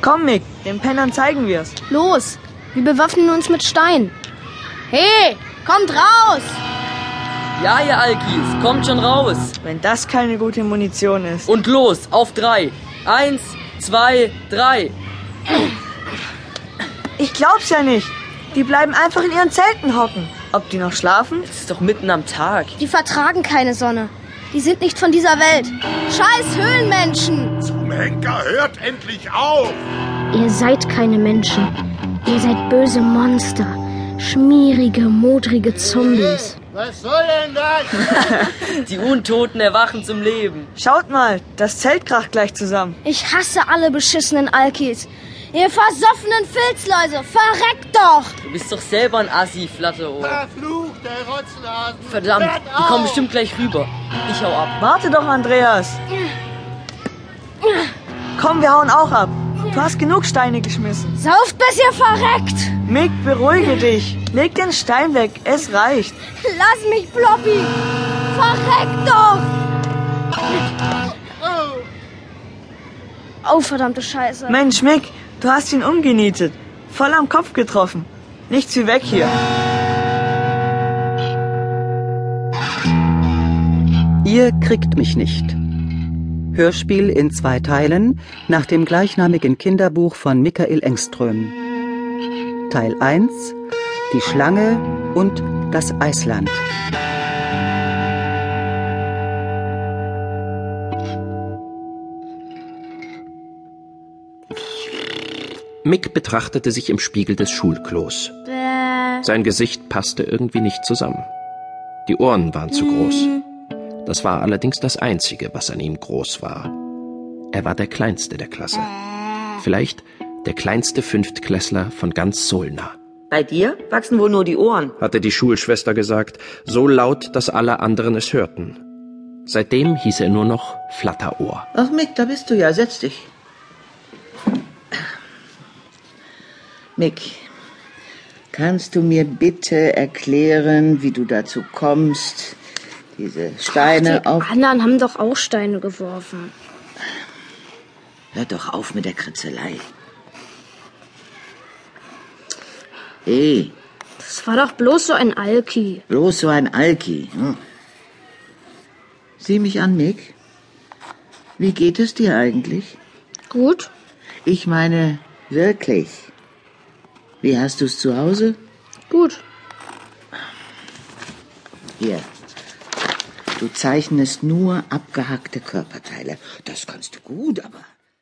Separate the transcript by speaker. Speaker 1: Komm, Mick, den Pennern zeigen wir's.
Speaker 2: Los, wir bewaffnen uns mit Stein. Hey, kommt raus!
Speaker 3: Ja, ihr Alkis, kommt schon raus.
Speaker 1: Wenn das keine gute Munition ist.
Speaker 3: Und los, auf drei. Eins, zwei, drei.
Speaker 1: Ich glaub's ja nicht. Die bleiben einfach in ihren Zelten hocken. Ob die noch schlafen?
Speaker 3: Es ist doch mitten am Tag.
Speaker 2: Die vertragen keine Sonne. Die sind nicht von dieser Welt. Scheiß Höhlenmenschen!
Speaker 4: Zum Henker, hört endlich auf!
Speaker 5: Ihr seid keine Menschen. Ihr seid böse Monster. Schmierige, modrige Zombies.
Speaker 6: Was soll denn das?
Speaker 3: Die Untoten erwachen zum Leben.
Speaker 1: Schaut mal, das Zelt kracht gleich zusammen.
Speaker 2: Ich hasse alle beschissenen Alkis. Ihr versoffenen Filzläuse, verreckt doch!
Speaker 3: Du bist doch selber ein Assi, Flatterohr.
Speaker 6: Verfluchte Rotznasen!
Speaker 3: Verdammt,
Speaker 6: Hört
Speaker 3: die kommen
Speaker 6: auf!
Speaker 3: bestimmt gleich rüber. Ich hau ab.
Speaker 1: Warte doch, Andreas. Komm, wir hauen auch ab. Du hast genug Steine geschmissen.
Speaker 2: Sauft, bis ihr verreckt!
Speaker 1: Mick, beruhige dich. Leg den Stein weg, es reicht.
Speaker 2: Lass mich, Floppy! Verreckt doch! Oh, verdammte Scheiße.
Speaker 1: Mensch, Mick, du hast ihn umgenietet. Voll am Kopf getroffen. Nichts wie weg hier.
Speaker 7: Ihr kriegt mich nicht. Hörspiel in zwei Teilen nach dem gleichnamigen Kinderbuch von Michael Engström. Teil 1 Die Schlange und das Eisland.
Speaker 8: Mick betrachtete sich im Spiegel des Schulklos. Sein Gesicht passte irgendwie nicht zusammen. Die Ohren waren zu groß. Das war allerdings das Einzige, was an ihm groß war. Er war der Kleinste der Klasse. Vielleicht der kleinste Fünftklässler von ganz Solna,
Speaker 9: Bei dir wachsen wohl nur die Ohren.
Speaker 8: hatte die Schulschwester gesagt, so laut, dass alle anderen es hörten. Seitdem hieß er nur noch Flatterohr.
Speaker 9: Ach Mick, da bist du ja. Setz dich. Mick, kannst du mir bitte erklären, wie du dazu kommst, diese Steine
Speaker 5: Die
Speaker 9: auf...
Speaker 5: anderen haben doch auch Steine geworfen.
Speaker 9: Hör doch auf mit der Kritzelei. Hey,
Speaker 5: Das war doch bloß so ein Alki.
Speaker 9: bloß so ein Alki. Hm? Sieh mich an, Mick. Wie geht es dir eigentlich?
Speaker 5: Gut?
Speaker 9: Ich meine, wirklich. Wie hast du's zu Hause?
Speaker 5: Gut.
Speaker 9: Hier. Du zeichnest nur abgehackte Körperteile. Das kannst du gut, aber